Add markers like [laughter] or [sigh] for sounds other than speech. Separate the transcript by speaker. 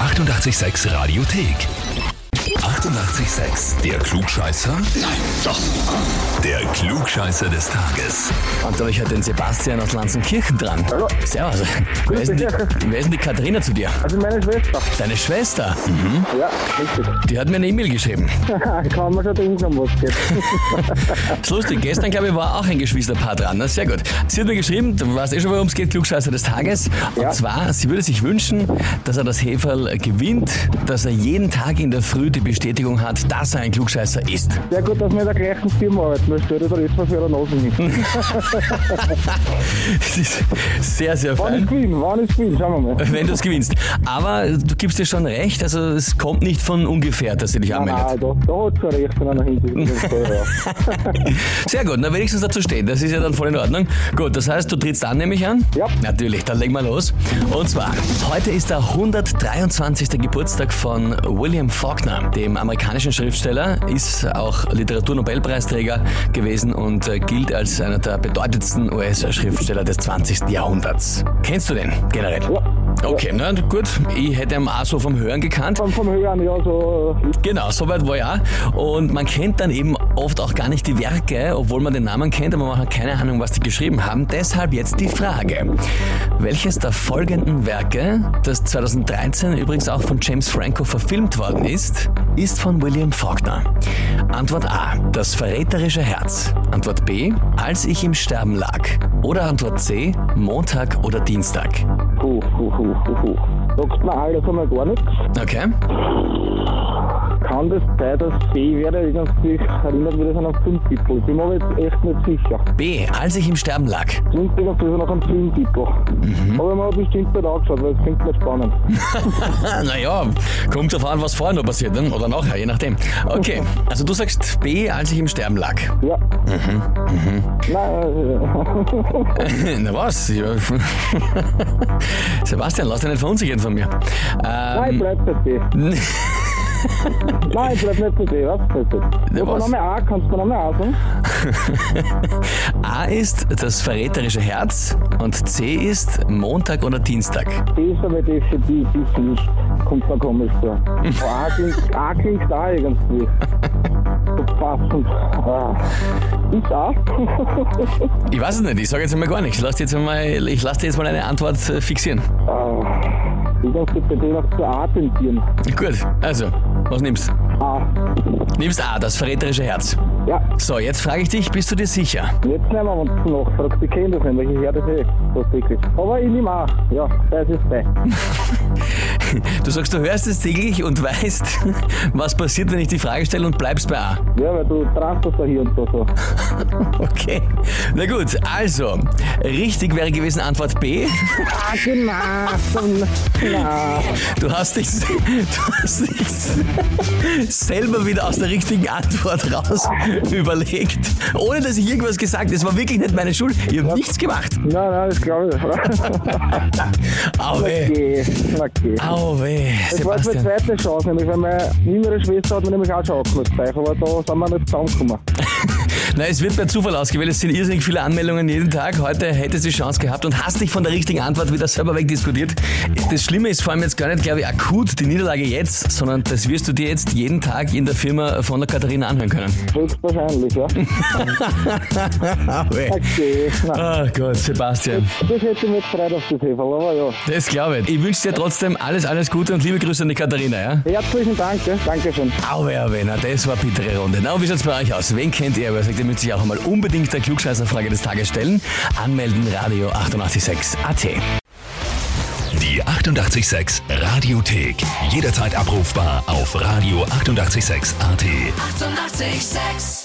Speaker 1: 886 Radiothek. 88,6. Der Klugscheißer? Nein, doch. Der Klugscheißer des Tages.
Speaker 2: Und da hab ich halt den Sebastian aus Lanzenkirchen dran.
Speaker 3: Hallo.
Speaker 2: Servus. Wer ist, denn die, wer ist denn die Katharina zu dir?
Speaker 3: Also meine Schwester.
Speaker 2: Deine Schwester.
Speaker 3: Ja, richtig. [laughs]
Speaker 2: Die hat mir eine E-Mail geschrieben.
Speaker 3: Kann man schon denken, um was geht.
Speaker 2: Ist lustig, gestern glaube ich war auch ein Geschwisterpaar dran. Na, sehr gut. Sie hat mir geschrieben, du weißt eh schon, worum es geht, Klugscheißer des Tages. Und
Speaker 3: Ja.
Speaker 2: zwar, sie würde sich wünschen, dass er das Heferl gewinnt, dass er jeden Tag in der Früh die Bestätigung hat, dass er ein Klugscheißer ist.
Speaker 3: Sehr gut, dass wir in der gleichen Firma arbeiten, weil stört da etwas für ihre Nase hin.
Speaker 2: Das ist sehr, sehr
Speaker 3: Wann
Speaker 2: fein.
Speaker 3: ist Queen? Wann ist Queen? Schauen wir mal.
Speaker 2: Wenn du es gewinnst. Aber du gibst dir schon recht, also es kommt nicht von ungefähr, dass sie dich
Speaker 3: Nein,
Speaker 2: anmeldet.
Speaker 3: Ah, da, da hat sie recht von einer Hinsicht. [laughs] Das ist toll, ja.
Speaker 2: Sehr gut, na wenigstens dazu stehen, das ist ja dann voll in Ordnung. Gut, das heißt, du trittst an, nehme ich an?
Speaker 3: Ja.
Speaker 2: Natürlich, dann legen wir los. Und zwar, heute ist der 123. Geburtstag von William Faulkner, dem amerikanischen Schriftsteller, ist auch Literaturnobelpreisträger gewesen und äh, gilt als einer der bedeutendsten US-Schriftsteller des 20. Jahrhunderts. Kennst du den generell?
Speaker 3: Ja.
Speaker 2: Okay, na gut, ich hätte ihn auch so vom Hören gekannt.
Speaker 3: Vom, vom Hören, ja, so.
Speaker 2: Genau, soweit war ja. Und man kennt dann eben oft auch gar nicht die Werke, obwohl man den Namen kennt, aber man hat keine Ahnung, was die geschrieben haben. Deshalb jetzt die Frage. Welches der folgenden Werke, das 2013 übrigens auch von James Franco verfilmt worden ist, ist von William Faulkner? Antwort A. Das verräterische Herz. Antwort B. Als ich im Sterben lag. Oder Antwort C. Montag oder Dienstag.
Speaker 3: Puh, puh, puh, puh, puh. Sagt mir alles einmal gar nichts.
Speaker 2: Okay?
Speaker 3: Kann das sein, dass sie wäre irgendwie erinnert wieder an einen Filmtitel? Bin mir aber jetzt echt nicht sicher.
Speaker 2: B. Als ich im Sterben lag.
Speaker 3: Klingt irgendwie so nach einem Filmtitel. Aber man hat bestimmt nicht angeschaut, weil es klingt nicht spannend.
Speaker 2: Naja, Ah, kommt drauf an, was vorher noch passiert ne? oder nachher, je nachdem. Okay, also du sagst B, als ich im Sterben lag. [laughs]
Speaker 3: Ja. Mhm, mhm. Nein, äh, [laughs]
Speaker 2: Na was? Ja. [laughs] Sebastian, lass dich nicht verunsichern von mir.
Speaker 3: Nein,
Speaker 2: Ähm,
Speaker 3: bleib bei
Speaker 2: [laughs]
Speaker 3: dir. Nein, bleib nicht bei dir, was ist das?
Speaker 2: Ja,
Speaker 3: Ja,
Speaker 2: Ne, was?
Speaker 3: Name A, kannst du Name A sagen?
Speaker 2: A ist das verräterische Herz und C ist Montag oder Dienstag.
Speaker 3: Die ist aber die für die, die ist nicht. Kommt mir komisch
Speaker 2: [laughs]
Speaker 3: vor. Aber A klingt, A klingt da irgendwie. So passend. Ah. Ist A? [laughs]
Speaker 2: Ich weiß es nicht, ich sage jetzt einmal gar nichts. Lass dir jetzt einmal, ich lasse dir jetzt mal eine Antwort äh, fixieren.
Speaker 3: ah. Ich muss jetzt bei dir noch zu A tendieren.
Speaker 2: Gut, also, was nimmst
Speaker 3: A.
Speaker 2: Nimmst A, das verräterische Herz.
Speaker 3: Ja,
Speaker 2: So, jetzt frage ich dich, bist du dir sicher?
Speaker 3: jetzt nehmen wir uns nachfragt. Ich kenne das nicht, weil ich höre das eh so wirklich. Aber ich nehme A. Ja, das ist bei.
Speaker 2: Du sagst, du hörst es täglich und weißt, [laughs] was passiert, wenn ich die Frage stelle und bleibst bei A.
Speaker 3: Ja, weil du transferst da hier und da so.
Speaker 2: Okay. Na gut, also, richtig wäre gewesen Antwort B.
Speaker 3: Ah, genau. Na.
Speaker 2: Du hast dich, [laughs] du hast dich selber wieder aus der richtigen Antwort raus überlegt. Ohne, dass ich irgendwas gesagt habe. Es war wirklich nicht meine Schuld. Ich habe nichts gemacht.
Speaker 3: Nein, nein, das glaube ich.
Speaker 2: Au weh.
Speaker 3: Okay, okay.
Speaker 2: Au weh.
Speaker 3: Das war jetzt meine
Speaker 2: Sebastian.
Speaker 3: zweite Chance, nämlich weil meine jüngere Schwester hat mir nämlich auch schon angemeldet, bei euch, aber da sind wir nicht zusammengekommen.
Speaker 2: Nein, es wird per Zufall ausgewählt. Es sind irrsinnig viele Anmeldungen jeden Tag. Heute hätte sie Chance gehabt und hast dich von der richtigen Antwort wieder selber wegdiskutiert. Das Schlimme ist vor allem jetzt gar nicht, glaube ich, akut die Niederlage jetzt, sondern das wirst du dir jetzt jeden Tag in der Firma von der Katharina anhören können.
Speaker 3: Höchstwahrscheinlich, ja. [laughs] Okay, na.
Speaker 2: Oh Gott, Sebastian.
Speaker 3: Das hätte ich mir jetzt frei auf die Tafel, aber ja.
Speaker 2: Das glaube ich. Ich wünsche dir trotzdem alles, alles Gute und liebe Grüße an die Katharina, ja?
Speaker 3: Herzlichen Dank, ja. Dankeschön.
Speaker 2: Auwe, auwe, na, das war bittere Runde. Na, und wie schaut's bei euch aus? Wen kennt ihr? Wer sagt, ihr müsst sich auch einmal unbedingt der Klugscheißerfrage des Tages stellen? Anmelden, Radio 886 AT.
Speaker 1: Die 88,6 Radiothek. Jederzeit abrufbar auf radio886.at. 88,6.
Speaker 4: Eighty-eight, sex.